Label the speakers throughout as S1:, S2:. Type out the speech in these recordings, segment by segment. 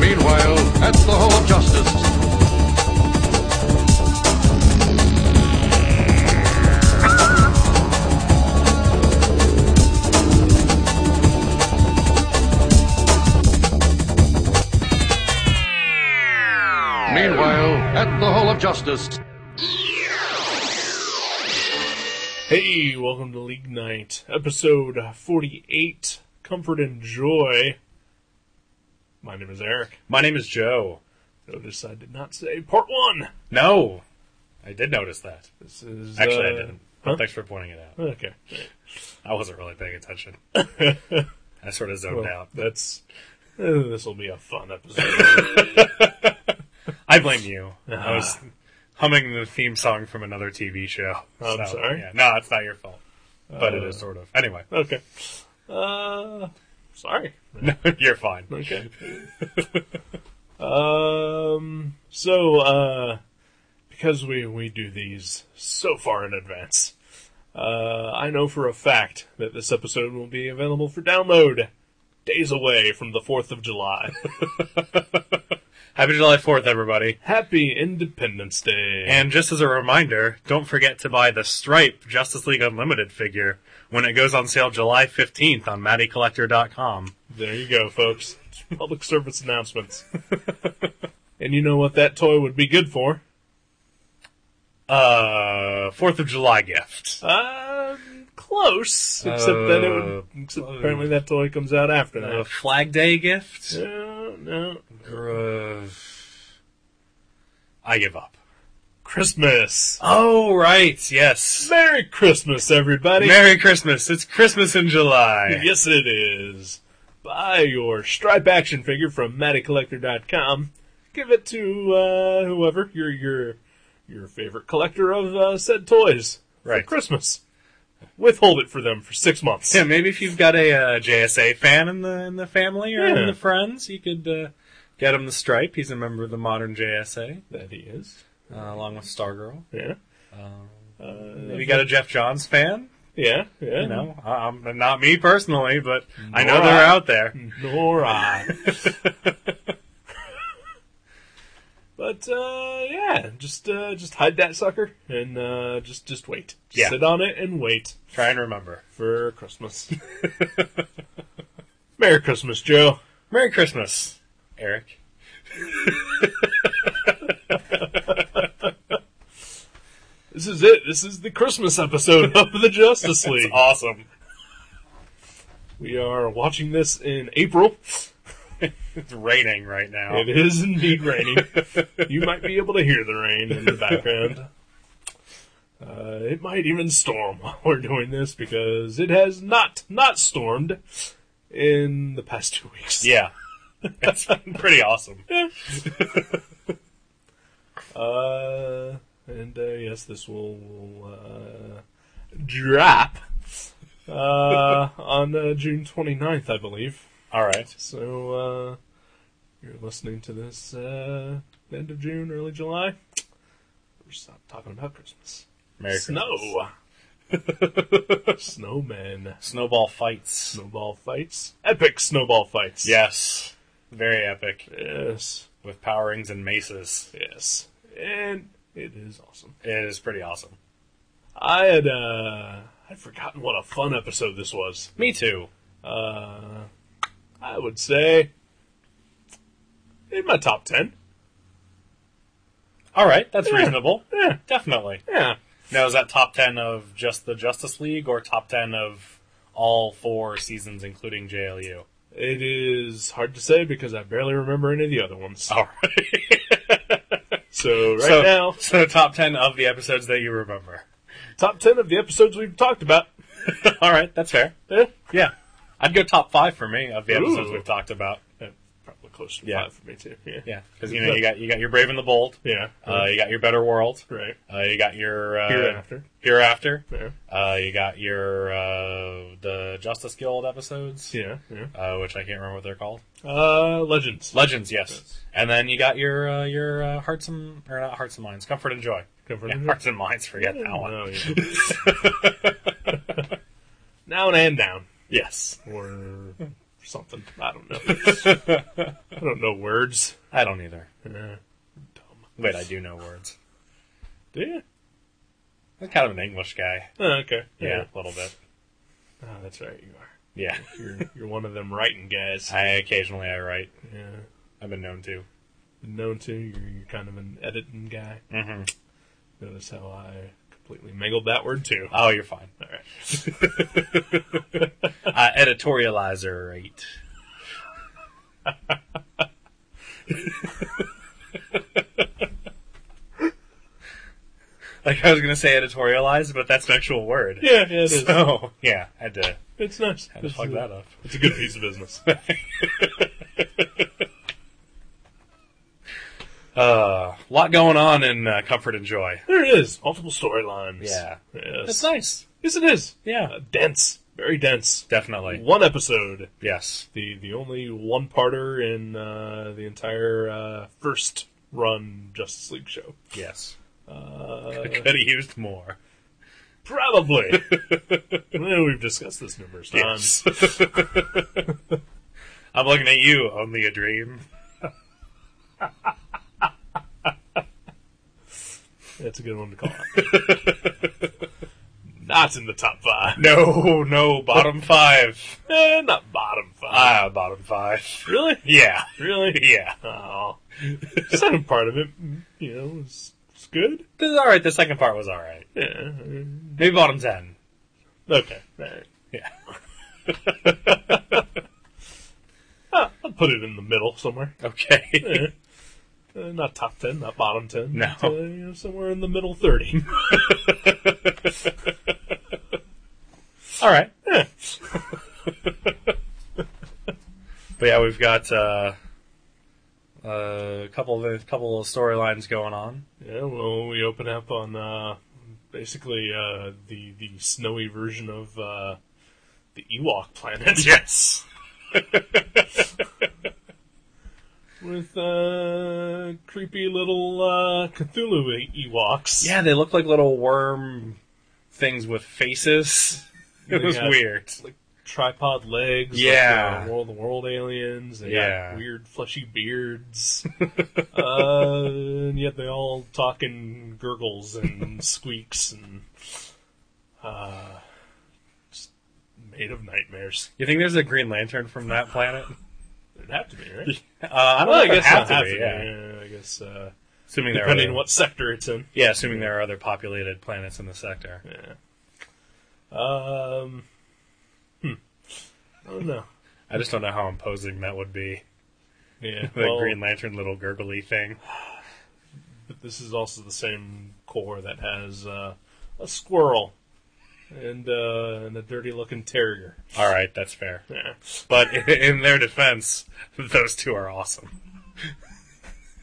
S1: Meanwhile, at the Hall of Justice. Meanwhile, at the Hall of Justice.
S2: Hey, welcome to League Night, episode 48 Comfort and Joy. My name is Eric.
S3: My name is Joe.
S2: Notice I did not say part one.
S3: No, I did notice that.
S2: This is.
S3: Actually, I
S2: uh,
S3: didn't.
S2: huh?
S3: But thanks for pointing it out.
S2: Okay.
S3: I wasn't really paying attention. I sort of zoned
S2: Well,
S3: out.
S2: that's. uh, this will be a fun episode.
S3: I blame you. I was humming the theme song from another TV show.
S2: I'm sorry? Uh.
S3: Yeah, no, it's not your fault. But it is sort of. Anyway,
S2: okay. Uh. Sorry.
S3: no, you're fine.
S2: Okay. um. So, uh, because we we do these so far in advance, uh, I know for a fact that this episode will be available for download days away from the Fourth of July.
S3: Happy July 4th, everybody.
S2: Happy Independence Day!
S3: And just as a reminder, don't forget to buy the Stripe Justice League Unlimited figure when it goes on sale July 15th on MattyCollector.com.
S2: there you go, folks. It's public service announcements. and you know what that toy would be good for?
S3: Uh, 4th of July gift.
S2: Um, close. Except that it would. Except apparently that toy comes out after that.
S3: A Flag Day gift?
S2: No, no.
S3: Uh, I give up.
S2: Christmas.
S3: Oh, right, yes.
S2: Merry Christmas, everybody.
S3: Merry Christmas. It's Christmas in July.
S2: yes, it is. Buy your Stripe action figure from MattyCollector.com. Give it to uh, whoever your your your favorite collector of uh, said toys for
S3: Right.
S2: Christmas. Withhold it for them for six months.
S3: Yeah, maybe if you've got a uh, JSA fan in the in the family or
S2: Yeah.
S3: in the friends, you could uh, get him the stripe. He's a member of the modern JSA,
S2: That he is.
S3: uh, along with Stargirl.
S2: Yeah.
S3: Um,
S2: Uh,
S3: If you got a Jeff Johns fan,
S2: Yeah. Yeah.
S3: you know, I- I'm not me personally, but I know
S2: Nor
S3: they're
S2: I.
S3: out there.
S2: Nor I. but uh, yeah, just uh, just hide that sucker and uh, just just wait. Just
S3: Yeah.
S2: Sit on it and wait
S3: Try and remember.
S2: for Christmas. Merry Christmas, Joe.
S3: Merry Christmas, Eric.
S2: This is it. This is the Christmas episode of the Justice League.
S3: It's awesome.
S2: We are watching this in April.
S3: It's raining right now.
S2: It is indeed raining. you might be able to hear the rain in the background. Uh, it might even storm while we're doing this because it has not not stormed in the past two weeks.
S3: Yeah. It's been pretty awesome.
S2: Uh, and uh, yes, this will, will uh, drop uh, on uh, June 29th, I believe.
S3: All right.
S2: So uh, you're listening to this uh, end of June, early July. We're just not talking about Christmas.
S3: Merry
S2: Snow. Snowmen.
S3: Snowball fights.
S2: Snowball fights. Epic snowball fights.
S3: Yes. Very epic.
S2: Yes.
S3: With powerings and maces.
S2: Yes. And it is awesome.
S3: It is pretty awesome.
S2: I had uh I'd forgotten what a fun episode this was.
S3: Me too.
S2: Uh I would say in my top ten.
S3: All right. That's
S2: Yeah.
S3: reasonable.
S2: Yeah.
S3: Definitely.
S2: Yeah.
S3: Now, is that top 10 of just the Justice League or top 10 of all four seasons, including JLU?
S2: It is hard to say because I barely remember any of the other ones.
S3: All right.
S2: So right
S3: so,
S2: now,
S3: So, top 10 of the episodes that you remember.
S2: top ten of the episodes we've talked about. Eh?
S3: all right. That's fair.
S2: Yeah.
S3: Yeah. I'd go top five for me of the episodes
S2: Ooh.
S3: we've talked about.
S2: Eh, probably close to
S3: Yeah.
S2: five for me too. Yeah.
S3: Yeah, because you know you got you got your Brave and the Bold,
S2: Yeah.
S3: uh, you got your Better World,
S2: right.
S3: uh, you got your uh,
S2: Hereafter.
S3: Hereafter,
S2: Yeah.
S3: uh, you got your uh, the Justice Guild episodes,
S2: Yeah. Yeah.
S3: uh, which I can't remember what they're called.
S2: Uh, Legends.
S3: Legends, yes.
S2: Yes.
S3: And then you got your uh, your uh, hearts and or not hearts and minds, comfort and joy.
S2: Comfort
S3: Yeah,
S2: and Joy.
S3: hearts and minds. Forget that one.
S2: Oh, yeah. Noun and down.
S3: Yes,
S2: Or something. I don't know. I don't know words.
S3: I don't either.
S2: Uh,
S3: Wait, I do know words.
S2: do you?
S3: I'm kind of an English guy.
S2: Oh, okay.
S3: Yeah, a little bit.
S2: Oh, that's right. You are.
S3: Yeah,
S2: You're, you're one of them writing guys.
S3: I occasionally I write.
S2: Yeah.
S3: I've been known to.
S2: Known to, you're, you're kind of an editing guy.
S3: Mm-hmm.
S2: Notice how I completely mangled that word too.
S3: Oh, you're fine.
S2: All right.
S3: I Uh, editorializer eight. like I was gonna say editorialize, but that's an actual word.
S2: Yeah, yeah, it is.
S3: So yeah, I had to,
S2: It's nice.
S3: had to
S2: This
S3: plug
S2: is a-
S3: that up.
S2: It's a good piece of business.
S3: Uh, a lot going on in uh, Comfort and Joy.
S2: there it is. Multiple storylines.
S3: Yeah.
S2: Yes.
S3: nice.
S2: yes, it is.
S3: Yeah,
S2: Uh, dense. Very dense.
S3: definitely.
S2: One episode.
S3: Yes.
S2: The the only one parter in uh, the entire uh, first run Justice League show.
S3: Yes.
S2: Uh,
S3: Could have used more.
S2: probably. Well, We've discussed this numerous times.
S3: Yes. I'm looking at you, only a dream.
S2: That's a good one to call out. Not in the top five.
S3: No, no, bottom five.
S2: Eh, not bottom five.
S3: Ah, bottom five.
S2: really?
S3: Yeah,
S2: Really?
S3: yeah.
S2: Oh. The second part of it, you know, was, was good.
S3: This is alright, the second part was alright.
S2: Yeah. Uh,
S3: Maybe bottom ten.
S2: Okay. All right.
S3: Yeah.
S2: Ah, I'll put it in the middle somewhere.
S3: Okay.
S2: Yeah. Uh, not top 10, not bottom 10.
S3: No.
S2: but, uh, you know, somewhere in the middle 30.
S3: alright. but yeah, we've got uh, a couple of couple of storylines going on.
S2: yeah, well, we open up on uh, basically uh, the, the snowy version of uh, the Ewok planet.
S3: Yes.
S2: With uh, creepy little uh, Cthulhu Ewoks.
S3: Yeah, they look like little worm things with faces. It
S2: They
S3: was
S2: got-
S3: weird.
S2: tripod legs. like uh,
S3: Yeah.
S2: the World the World aliens. They
S3: Yeah.
S2: got weird fleshy beards. uh, and yet they all talk in gurgles and squeaks and uh, just made of nightmares.
S3: You think there's a Green Lantern from that planet?
S2: It'd have to be right.
S3: Uh, I
S2: Well, I
S3: don't know. if
S2: guess
S3: it has
S2: not
S3: to
S2: have
S3: be,
S2: to be.
S3: yeah.
S2: Yeah, I guess uh,
S3: Assuming there
S2: depending
S3: are,
S2: on what sector it's in.
S3: yeah, assuming there are other populated planets in the sector.
S2: Yeah. Um. Hmm. Oh no.
S3: I just don't know how imposing that would be.
S2: Yeah.
S3: The
S2: well,
S3: Green Lantern little gurgly thing.
S2: But this is also the same core that has uh, a squirrel and uh, and a dirty looking terrier.
S3: All right, that's fair.
S2: Yeah.
S3: But i- in their defense, those two are awesome.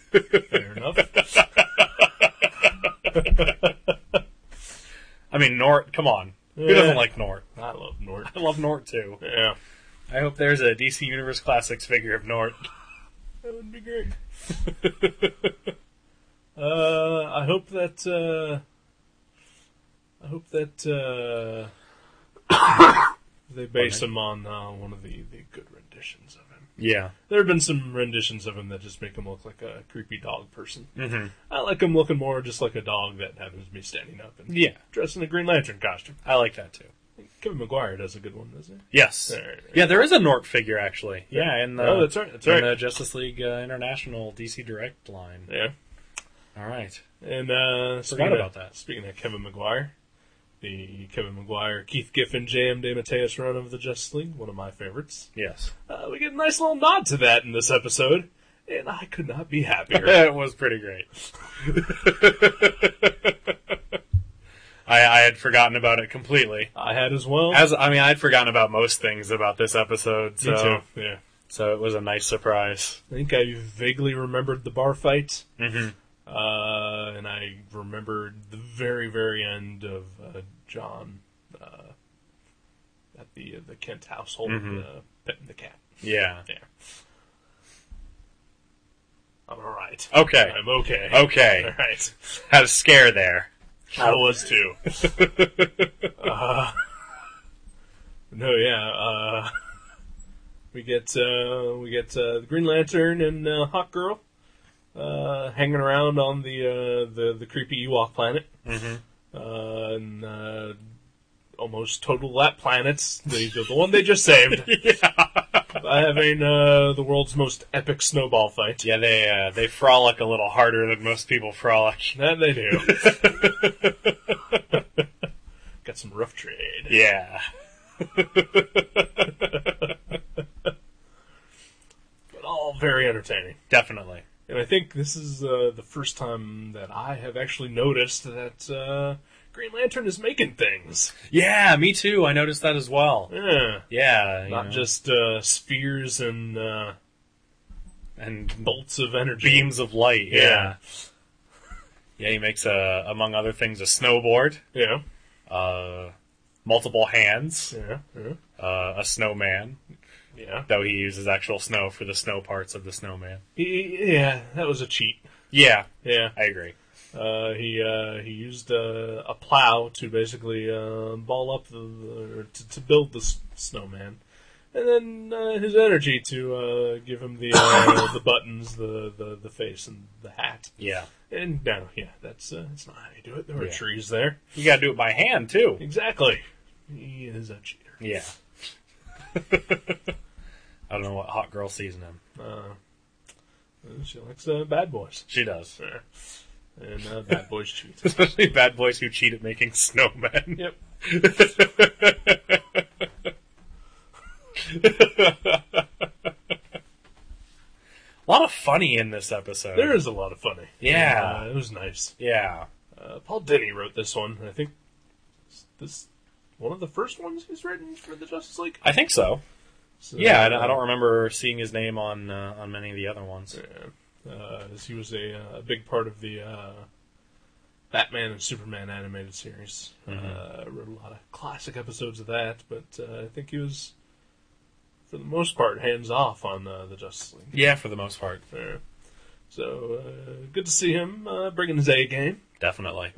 S2: Fair enough.
S3: I mean, Nort. Come on, who doesn't
S2: Yeah.
S3: like Nort?
S2: I love Nort.
S3: I love Nort too.
S2: Yeah.
S3: I hope there's a DC Universe Classics figure of Nort.
S2: That would be great. uh, I hope that uh, I hope that uh, they base him on uh, one of the, the good renditions of him.
S3: Yeah.
S2: There have been some renditions of him that just make him look like a creepy dog person. Mm-hmm. I like him looking more just like a dog that happens to be standing up and
S3: Yeah.
S2: dressed in a Green Lantern costume.
S3: I like that too.
S2: Kevin McGuire does a good one, doesn't
S3: Yes.
S2: All right.
S3: Yeah, there is a Nort figure actually. Yeah, uh, in the
S2: Oh, that's right, that's
S3: in
S2: right.
S3: the Justice League uh, International DC Direct line.
S2: he? Yeah.
S3: All right.
S2: And uh,
S3: Forgot
S2: speaking
S3: about
S2: of,
S3: that.
S2: Speaking of Kevin McGuire, the Kevin McGuire, Keith Giffen, J.M. DeMatteis run of the Justice League, one of my favorites.
S3: Yes.
S2: Uh, we get a nice little nod to that in this episode, and I could not be happier.
S3: That was pretty great. I, I had forgotten about it completely.
S2: I had as well.
S3: As I mean, I had forgotten about most things about this episode. So
S2: Me too. Yeah.
S3: So it was a nice surprise.
S2: I think I vaguely remembered the bar fight,
S3: Mm-hmm.
S2: uh, and I remembered the very, very end of uh, John uh, at the the Kent household,
S3: Mhm.
S2: uh, petting the cat.
S3: Yeah.
S2: Yeah. I'm alright.
S3: Okay.
S2: I'm okay.
S3: Okay.
S2: Alright.
S3: Had a scare there.
S2: I was too. Uh, no, yeah. Uh, we get uh, we get uh, the Green Lantern and uh, Hawk Girl uh, hanging around on the uh, the the creepy Ewok planet,
S3: Mhm.
S2: uh, and uh, almost total that planet, the the one they just saved by having uh, the world's most epic snowball fight.
S3: Yeah, they uh, they frolic a little harder than most people frolic.
S2: That they do. Got some rough trade.
S3: Yeah.
S2: but all very entertaining.
S3: Definitely.
S2: And I think this is uh, the first time that I have actually noticed that uh, Green Lantern is making things.
S3: Yeah, me too. I noticed that as well.
S2: Yeah.
S3: Yeah. you
S2: Not
S3: know,
S2: just uh, spheres and uh,
S3: and
S2: bolts of energy.
S3: beams of light. Yeah.
S2: Yeah.
S3: yeah. he makes a among other things a snowboard,
S2: Yeah,
S3: uh, multiple hands,
S2: yeah, yeah,
S3: uh, a snowman,
S2: yeah.
S3: though he uses actual snow for the snow parts of the snowman.
S2: He, yeah, that was a cheat.
S3: Yeah,
S2: Yeah,
S3: I agree.
S2: uh, he uh, he used uh, a plow to basically uh, ball up the or to, to build the s- snowman, and then uh, his energy to uh, give him the uh, the buttons, the, the the face, and the hat.
S3: Yeah.
S2: And no, yeah, that's uh, that's not how you do it. There were
S3: Yeah.
S2: trees there.
S3: You gotta do it by hand too.
S2: Exactly. He is a cheater.
S3: Yeah. I don't know what hot girl sees in him.
S2: Uh, she likes uh, bad boys.
S3: She does.
S2: Uh, And uh, bad boys cheat.
S3: Especially bad boys who cheat at making snowmen.
S2: Yep.
S3: A lot of funny in this episode.
S2: There is a lot of funny.
S3: Yeah.
S2: Uh, it was nice.
S3: Yeah.
S2: Uh, Paul Denny wrote this one. I think this one of the first ones he's written for the Justice League.
S3: I think so.
S2: So,
S3: Yeah, I, I don't remember seeing his name on uh, on many of the other ones.
S2: Uh, uh, as he was a, uh, a big part of the uh, Batman and Superman animated series. Uh,
S3: Mm-hmm.
S2: wrote a lot of classic episodes of that, but uh, I think he was, for the most part, hands off on uh, the Justice League.
S3: Yeah, for the most part,
S2: Uh, so uh, good to see him uh, bringing his A game.
S3: definitely.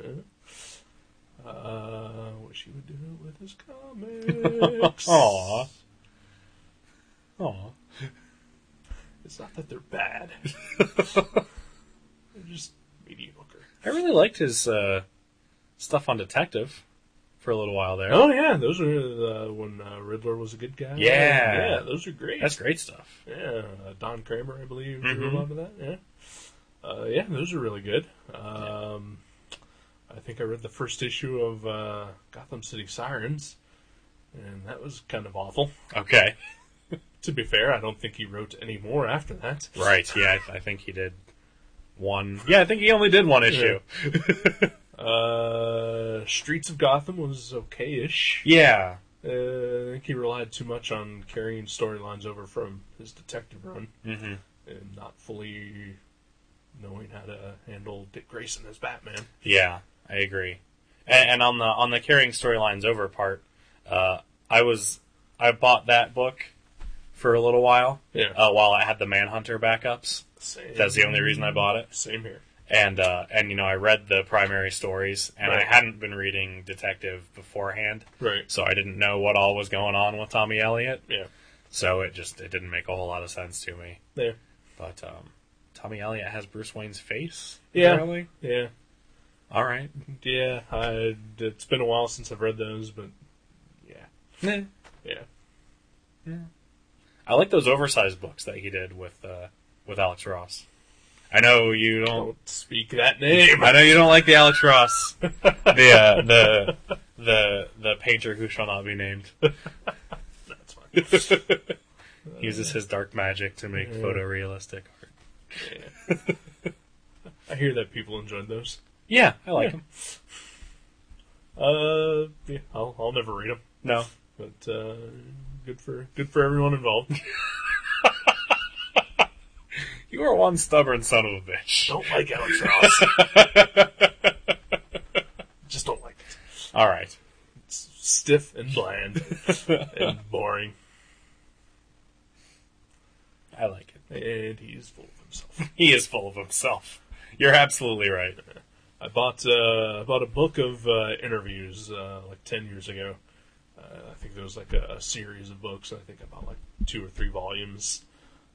S2: Uh, wish he would do it with his comics.
S3: Aw. Oh,
S2: It's not that they're bad. they're just mediocre.
S3: I really liked his uh, stuff on Detective for a little while there.
S2: Oh yeah, those are the, when uh, Riddler was a good guy.
S3: Yeah.
S2: yeah, those are great.
S3: That's great stuff.
S2: yeah, uh, Don Kramer, I believe, drew
S3: Mhm.
S2: a lot of that. Yeah, uh, yeah, those are really good. Um, I think I read the first issue of uh, Gotham City Sirens, and that was kind of awful.
S3: Okay.
S2: To be fair, I don't think he wrote any more after that.
S3: Right. Yeah, I, I think he did one. Yeah, I think he only did one issue.
S2: Uh, Streets of Gotham was okay-ish.
S3: Yeah.
S2: Uh, I think he relied too much on carrying storylines over from his detective run
S3: Mm-hmm.
S2: and not fully knowing how to handle Dick Grayson as Batman.
S3: Yeah, I agree. And, and on the on the carrying storylines over part, uh, I was I bought that book for a little while
S2: Yeah.
S3: uh, while I had the Manhunter backups.
S2: same,
S3: That's the only reason I bought it.
S2: Same here.
S3: And uh, and you know I read the primary stories, and
S2: Right.
S3: I hadn't been reading Detective beforehand,
S2: Right.
S3: so I didn't know what all was going on with Tommy Elliot.
S2: Yeah.
S3: So it just it didn't make a whole lot of sense to me.
S2: There.
S3: But um, Tommy Elliot has Bruce Wayne's face.
S2: Yeah.
S3: apparently.
S2: Yeah.
S3: All right.
S2: Yeah. I, it's been a while since I've read those, but yeah.
S3: Meh.
S2: Yeah.
S3: I like those oversized books that he did with uh, with Alex Ross. I know you don't.
S2: Don't speak that name.
S3: I know you don't like the Alex Ross, the uh, the the the painter who shall not be named.
S2: That's fine.
S3: He uses his dark magic to make photorealistic art.
S2: Yeah. I hear that people enjoyed those.
S3: Yeah, I like him.
S2: Uh, yeah, I'll, I'll never read them,
S3: No,
S2: but uh, good for good for everyone involved.
S3: You are one stubborn son of a bitch.
S2: Don't like Alex Ross. Just don't like it.
S3: All right.
S2: Stiff and bland and boring.
S3: I like it.
S2: And he's full of himself.
S3: He is full of himself. You're absolutely right.
S2: I bought uh, I bought a book of uh, interviews uh, like ten years ago. Uh, I think there was like a, a series of books. I think I bought like two or three volumes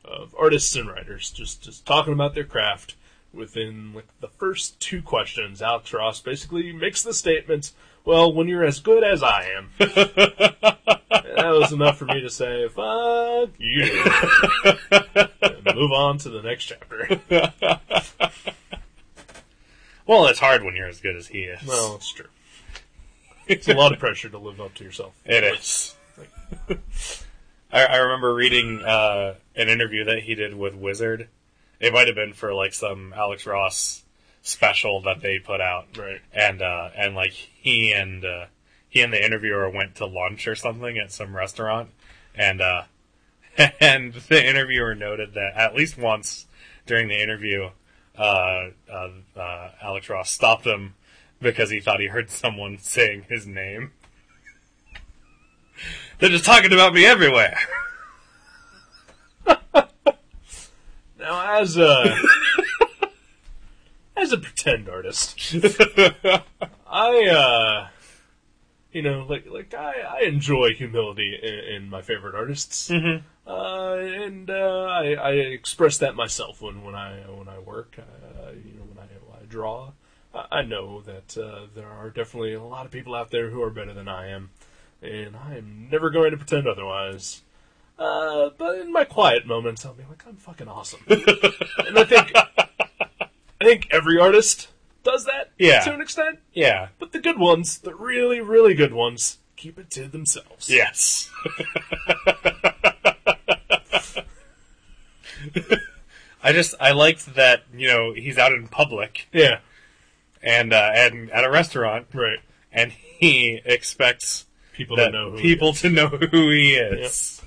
S2: of artists and writers just just talking about their craft. Within like the first two questions, Alex Ross basically makes the statement, "Well, when you're as good as I am," And that was enough for me to say, "Fuck you," and move on to the next chapter.
S3: Well, it's hard when you're as good as he is.
S2: Well, it's true. It's a lot of pressure to live up to yourself.
S3: It is. I, I remember reading uh, an interview that he did with Wizard. It might have been for like some Alex Ross special that they put out,
S2: Right.
S3: and uh, and like he and uh, he and the interviewer went to lunch or something at some restaurant, and uh, and the interviewer noted that at least once during the interview, uh, uh, uh, Alex Ross stopped him because he thought he heard someone saying his name. They're just talking about me everywhere.
S2: Now, as a as a pretend artist, I uh, you know, like like I, I enjoy humility in, in my favorite artists, uh, and uh, I, I express that myself when when I when I work, uh, you know, when I, when I draw. I, I know that uh, there are definitely a lot of people out there who are better than I am, and I am never going to pretend otherwise. Uh, but in my quiet moments, I'll be like, I'm fucking awesome. and I think, I think every artist does that
S3: Yeah.
S2: to an extent.
S3: yeah.
S2: But the good ones, the really, really good ones, keep it to themselves.
S3: Yes. I just I liked that you know he's out in public
S2: Yeah.
S3: and uh, and at a restaurant
S2: Right.
S3: and he expects
S2: People that
S3: that
S2: know who.
S3: people to know who he is.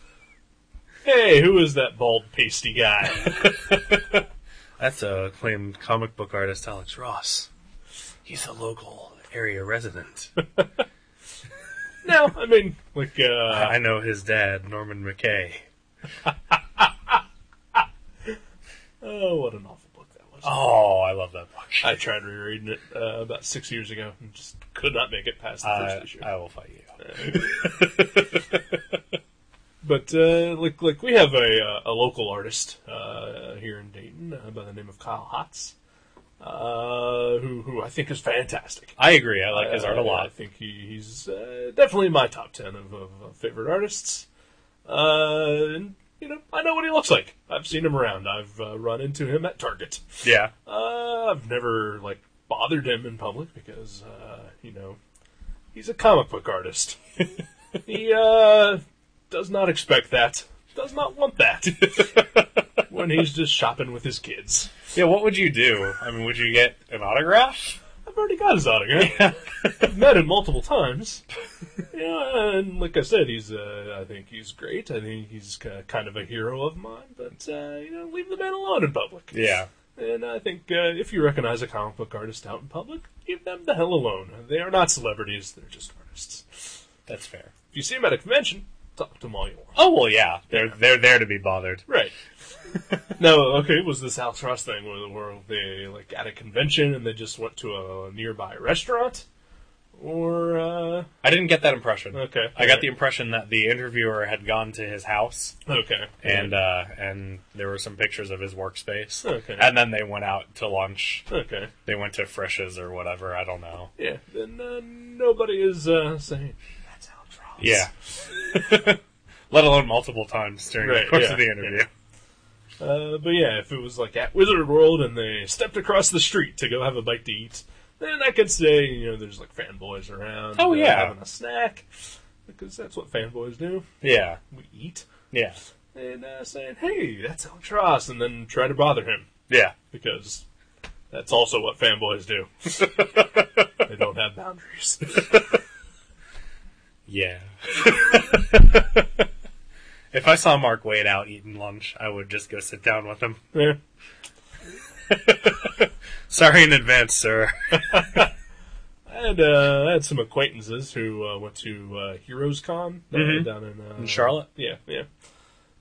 S2: Hey, who is that bald pasty guy?
S3: That's a acclaimed comic book artist Alex Ross. He's a local area resident.
S2: no, I mean, like, uh,
S3: I know his dad, Norman McKay.
S2: oh, what an awful book that was.
S3: Oh, I love that book.
S2: I tried rereading it uh, about six years ago and just could not make it past the first
S3: I,
S2: issue.
S3: Uh, I will fight you.
S2: But uh, like like we have a uh, a local artist uh, here in Dayton uh, by the name of Kyle Hotz, uh, who who I think is fantastic.
S3: I agree. I like his art a
S2: Uh, I
S3: lot.
S2: think he, he's uh, definitely in my top ten of, of, of favorite artists. Uh, and you know I know what he looks like. I've seen him around. I've uh, run into him at Target.
S3: Yeah.
S2: Uh, I've never like bothered him in public because uh, you know he's a comic book artist. he uh, does not expect that. Does not want that when he's just shopping with his kids.
S3: Yeah, what would you do? I mean, would you get an autograph?
S2: I've already got his autograph. I've met him multiple times. Yeah, and like I said, he's uh, I think he's great. I think he's ki- kind of a hero of mine. But uh, you know, leave the man alone in public.
S3: Yeah.
S2: And I think uh, if you recognize a comic book artist out in public, leave them the hell alone. They are not celebrities; they're just artists.
S3: That's fair.
S2: If you see them at a convention, talk to them all you want.
S3: Oh well, yeah. They're they're there to be bothered.
S2: Right. no, okay. It was this Alex Ross thing where the world they like at a convention and they just went to a nearby restaurant, or uh,
S3: I didn't get that impression.
S2: Okay.
S3: I got the impression that the interviewer had gone to his house
S2: okay,
S3: and uh, and there were some pictures of his workspace.
S2: Okay.
S3: And then they went out to lunch.
S2: okay,
S3: They went to Frisch's or whatever. I don't know.
S2: yeah. Then uh, nobody is uh, saying that's Alex Ross.
S3: Yeah. Let alone multiple times during
S2: Right,
S3: the course
S2: yeah,
S3: of the interview.
S2: Uh, but yeah, if it was like at Wizard World and they stepped across the street to go have a bite to eat, then I could say, you know, there's like fanboys around.
S3: Oh,
S2: uh,
S3: yeah.
S2: Having a snack. Because that's what fanboys do.
S3: Yeah.
S2: We eat.
S3: Yeah.
S2: And uh, saying, hey, that's Alex Ross. And then try to bother him.
S3: Yeah.
S2: Because that's also what fanboys do. they don't have boundaries.
S3: Yeah. if I saw Mark Wade out eating lunch, I would just go sit down with him.
S2: Yeah.
S3: Sorry in advance, sir.
S2: I had, uh, I had some acquaintances who uh, went to uh, Heroes Con down,
S3: Mhm.
S2: down in, uh,
S3: In Charlotte?
S2: Yeah, yeah.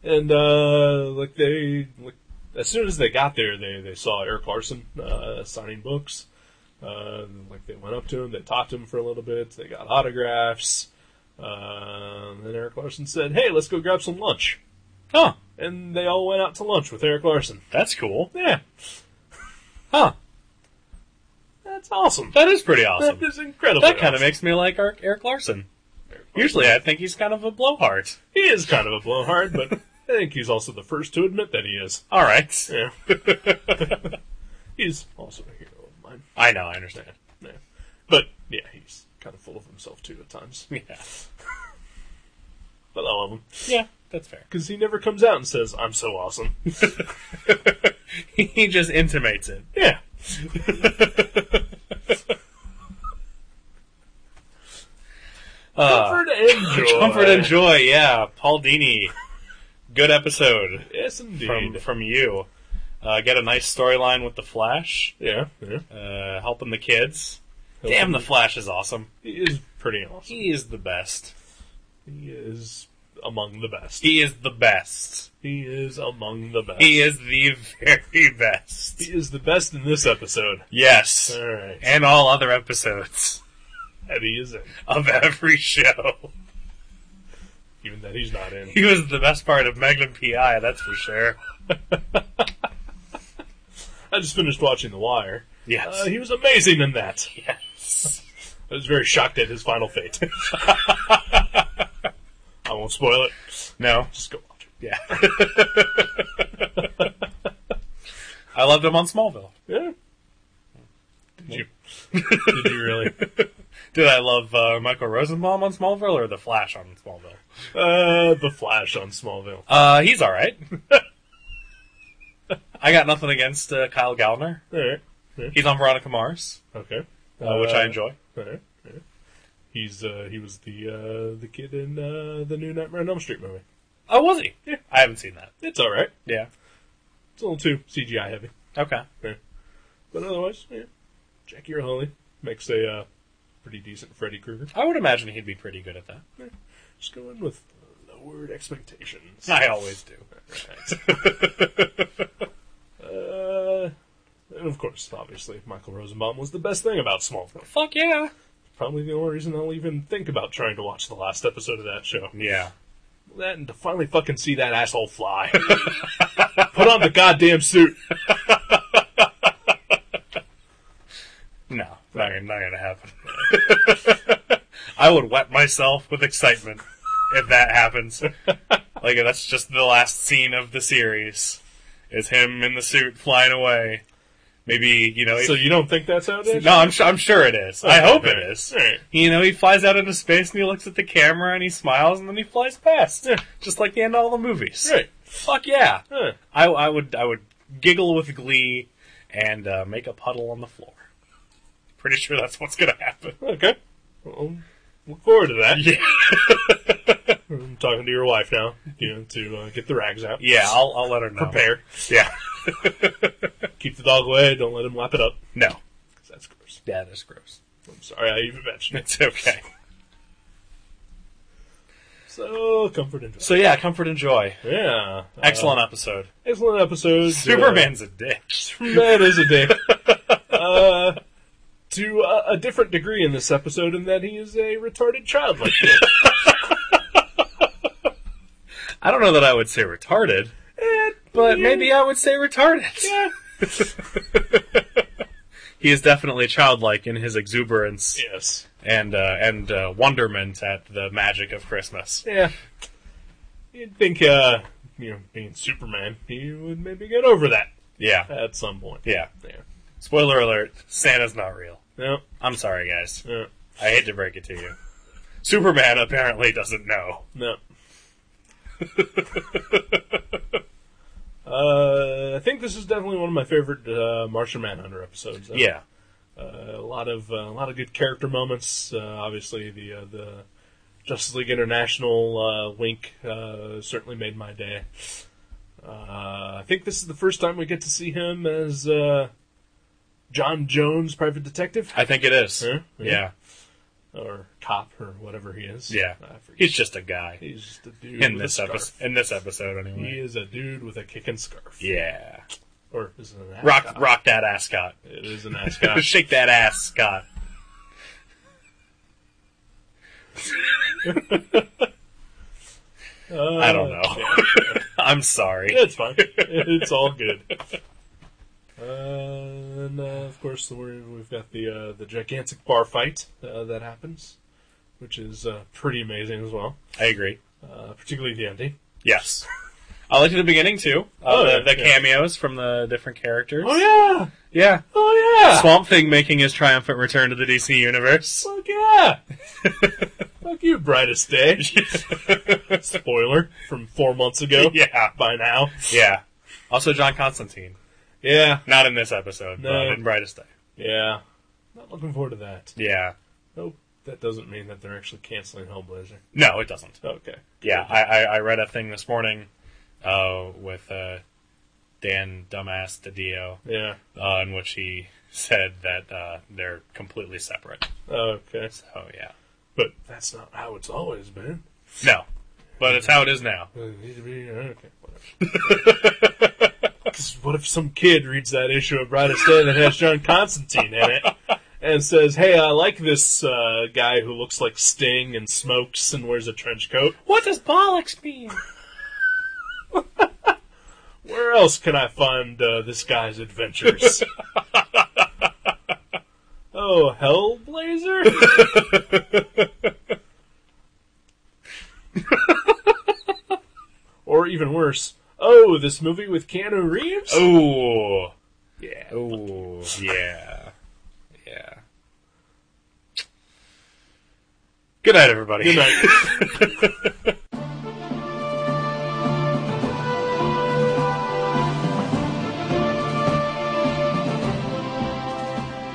S2: And uh, like they, like, as soon as they got there, they they saw Eric Larson uh, signing books. Uh, like they went up to him, they talked to him for a little bit, they got autographs. Uh, and then Eric Larson said, "Hey, let's go grab some lunch."
S3: Oh,
S2: And they all went out to lunch with Eric Larson.
S3: that's cool.
S2: Yeah,
S3: Huh.
S2: that's awesome.
S3: That is pretty awesome.
S2: That is incredible.
S3: That kind of makes me like Eric Eric Larson. Usually I think he's kind of a blowhard.
S2: He is kind of a blowhard, but I think he's also the first to admit that he is.
S3: All right.
S2: Yeah. he's also a hero of mine.
S3: I know, I understand.
S2: Yeah. But, yeah, he's kind of full of himself too at times.
S3: Yeah.
S2: But I love him.
S3: Yeah, that's fair.
S2: Because he never comes out and says, I'm so awesome.
S3: he just intimates it.
S2: yeah.
S3: Uh,
S2: Comfort and joy.
S3: Comfort and joy, yeah. Paul Dini. Good episode
S2: Yes, indeed.
S3: from from you. Uh, get a nice storyline with the Flash,
S2: yeah, yeah.
S3: uh, helping the kids.
S2: Helping
S3: Damn, the Flash is awesome.
S2: He is pretty awesome.
S3: He is the best.
S2: He is among the best.
S3: He is the best.
S2: He is among the best.
S3: He is the very best.
S2: He is the best in this episode.
S3: Yes,
S2: Alright.
S3: and all other episodes
S2: And he is in.
S3: of every show.
S2: Even that he's not in.
S3: He was the best part of Magnum PI, that's for sure.
S2: I just finished watching The Wire.
S3: Yes.
S2: Uh, he was amazing in that.
S3: yes.
S2: I was very shocked at his final fate. I won't spoil it.
S3: No.
S2: Just go watch it.
S3: Yeah. I loved him on Smallville.
S2: Yeah. Did you? Did you really?
S3: Did I love uh, Michael Rosenbaum on Smallville or The Flash on Smallville?
S2: Uh, the Flash on Smallville.
S3: Uh, he's all right. I got nothing against uh, Kyle Gallner.
S2: All right.
S3: He's on Veronica Mars,
S2: Okay.
S3: uh, which I enjoy.
S2: All right. All right. He's uh, he was the uh, the kid in uh, the new Nightmare on Elm Street movie.
S3: Oh, was he? Yeah. I haven't seen that.
S2: It's all right.
S3: Yeah.
S2: It's a little too CGI heavy,
S3: Okay.
S2: but otherwise, yeah. Jackie Earle Haley makes a uh, pretty decent Freddy Krueger.
S3: I would imagine he'd be pretty good at that.
S2: Just go in with lowered expectations.
S3: I always do.
S2: Uh, and of course, obviously, Michael Rosenbaum was the best thing about Smallville.
S3: Fuck yeah.
S2: Probably the only reason I'll even think about trying to watch the last episode of that show.
S3: Yeah.
S2: That and to finally fucking see that asshole fly. Put on the goddamn suit.
S3: No, not, gonna- not gonna happen. I would wet myself with excitement if that happens. Like that's just the last scene of the series. Is him in the suit flying away? Maybe you know.
S2: So
S3: if-
S2: you don't think that's how it is?
S3: no, I'm su- I'm sure it is. I hope it
S2: Alright,
S3: is.
S2: alright.
S3: You know, he flies out into space and he looks at the camera and he smiles and then he flies past, just like the end of all the movies.
S2: Right.
S3: Fuck yeah!
S2: Huh.
S3: I, I would I would giggle with glee and uh, make a puddle on the floor. Pretty sure that's what's gonna happen.
S2: Okay. Well, look forward to that.
S3: Yeah,
S2: I'm talking to your wife now, you know, to uh, get the rags out.
S3: yeah. I'll I'll let her know.
S2: Prepare.
S3: Yeah.
S2: Keep the dog away. Don't let him lap it up.
S3: No.
S2: 'cause that's gross.
S3: Yeah, that's gross.
S2: I'm sorry I even mentioned it.
S3: It's okay.
S2: So, comfort and joy.
S3: So yeah, comfort and joy.
S2: Yeah.
S3: Excellent episode.
S2: Uh, excellent episode.
S3: Superman's a dick.
S2: Uh, that is a dick. uh, to uh, a different degree in this episode, in that he is a retarded child like kid.
S3: I don't know that I would say retarded, but maybe I would say retarded.
S2: Yeah.
S3: He is definitely childlike in his exuberance
S2: Yes.
S3: and uh, and uh, wonderment at the magic of Christmas.
S2: Yeah. You'd think, uh, you know, being Superman, he would maybe get over that
S3: Yeah,
S2: at some point.
S3: yeah.
S2: There.
S3: Spoiler alert: Santa's not real.
S2: No.
S3: I'm sorry, guys.
S2: No.
S3: I hate to break it to you. Superman apparently doesn't know.
S2: No. uh, I think this is definitely one of my favorite uh, Martian Manhunter episodes. though.
S3: Yeah.
S2: Uh, a lot of uh, a lot of good character moments. Uh, obviously, the uh, the Justice League International uh, link uh, certainly made my day. Uh, I think this is the first time we get to see him as uh, John Jones, private detective,
S3: I think it is.
S2: Huh? Yeah.
S3: Yeah.
S2: or cop, or whatever he is.
S3: Yeah.
S2: I forget.
S3: He's just a guy
S2: He's just a dude
S3: in
S2: with
S3: this
S2: a scarf.
S3: episode. In this episode,
S2: He
S3: anyway.
S2: is a dude with a kick and scarf.
S3: Yeah.
S2: Or is it an ascot?
S3: Rock, rock that ascot.
S2: It is an ascot.
S3: Shake that ass, Scott.
S2: Uh,
S3: I don't know. I'm sorry.
S2: It's fine. It's all good. Uh, and uh, of course, we're, we've got the uh, the gigantic bar fight uh, that happens, which is uh, pretty amazing as well.
S3: I agree.
S2: Uh, particularly the ending.
S3: Yes. I liked the beginning too. Uh,
S2: Oh,
S3: the,
S2: yeah,
S3: the
S2: yeah.
S3: cameos from the different characters.
S2: Oh, yeah!
S3: yeah.
S2: Oh yeah!
S3: Swamp Thing making his triumphant return to the DC universe.
S2: Fuck yeah! Fuck you, brightest day. Spoiler from four months ago.
S3: yeah.
S2: By now.
S3: Yeah. Also John Constantine.
S2: Yeah.
S3: Not in this episode,
S2: No.
S3: but in Brightest Day.
S2: Yeah. Not looking forward to that.
S3: Yeah.
S2: Nope. That doesn't mean that they're actually canceling Hellblazer.
S3: No, it doesn't.
S2: Okay.
S3: Yeah, I, I, I read a thing this morning uh, with uh, Dan Dumbass DiDio
S2: Yeah.
S3: uh, in which he said that uh, they're completely separate.
S2: Okay.
S3: Oh yeah,
S2: But that's not how it's always been.
S3: no, but it's how it is now.
S2: Uh, he's- Okay, whatever. 'Cause what if some kid reads that issue of Brightest Day that has John Constantine in it and says, hey, I like this uh, guy who looks like Sting and smokes and wears a trench coat.
S3: What does bollocks mean?
S2: Where else can I find uh, this guy's adventures? oh, Hellblazer? or even worse, oh, this movie with Keanu Reeves?
S3: Oh yeah, oh yeah, yeah. Good night, everybody.
S2: Good night.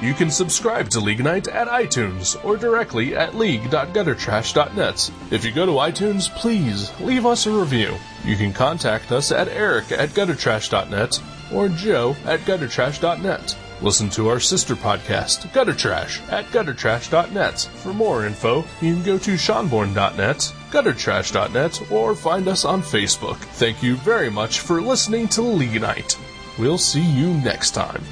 S4: You can subscribe to League Night at iTunes or directly at league.guttertrash.net. If you go to iTunes, please leave us a review. You can contact us at eric at guttertrash.net or joe at guttertrash.net. Listen to our sister podcast, Gutter Trash, at guttertrash.net. For more info, you can go to seanborn.net, guttertrash.net, or find us on Facebook. Thank you very much for listening to League Night. We'll see you next time.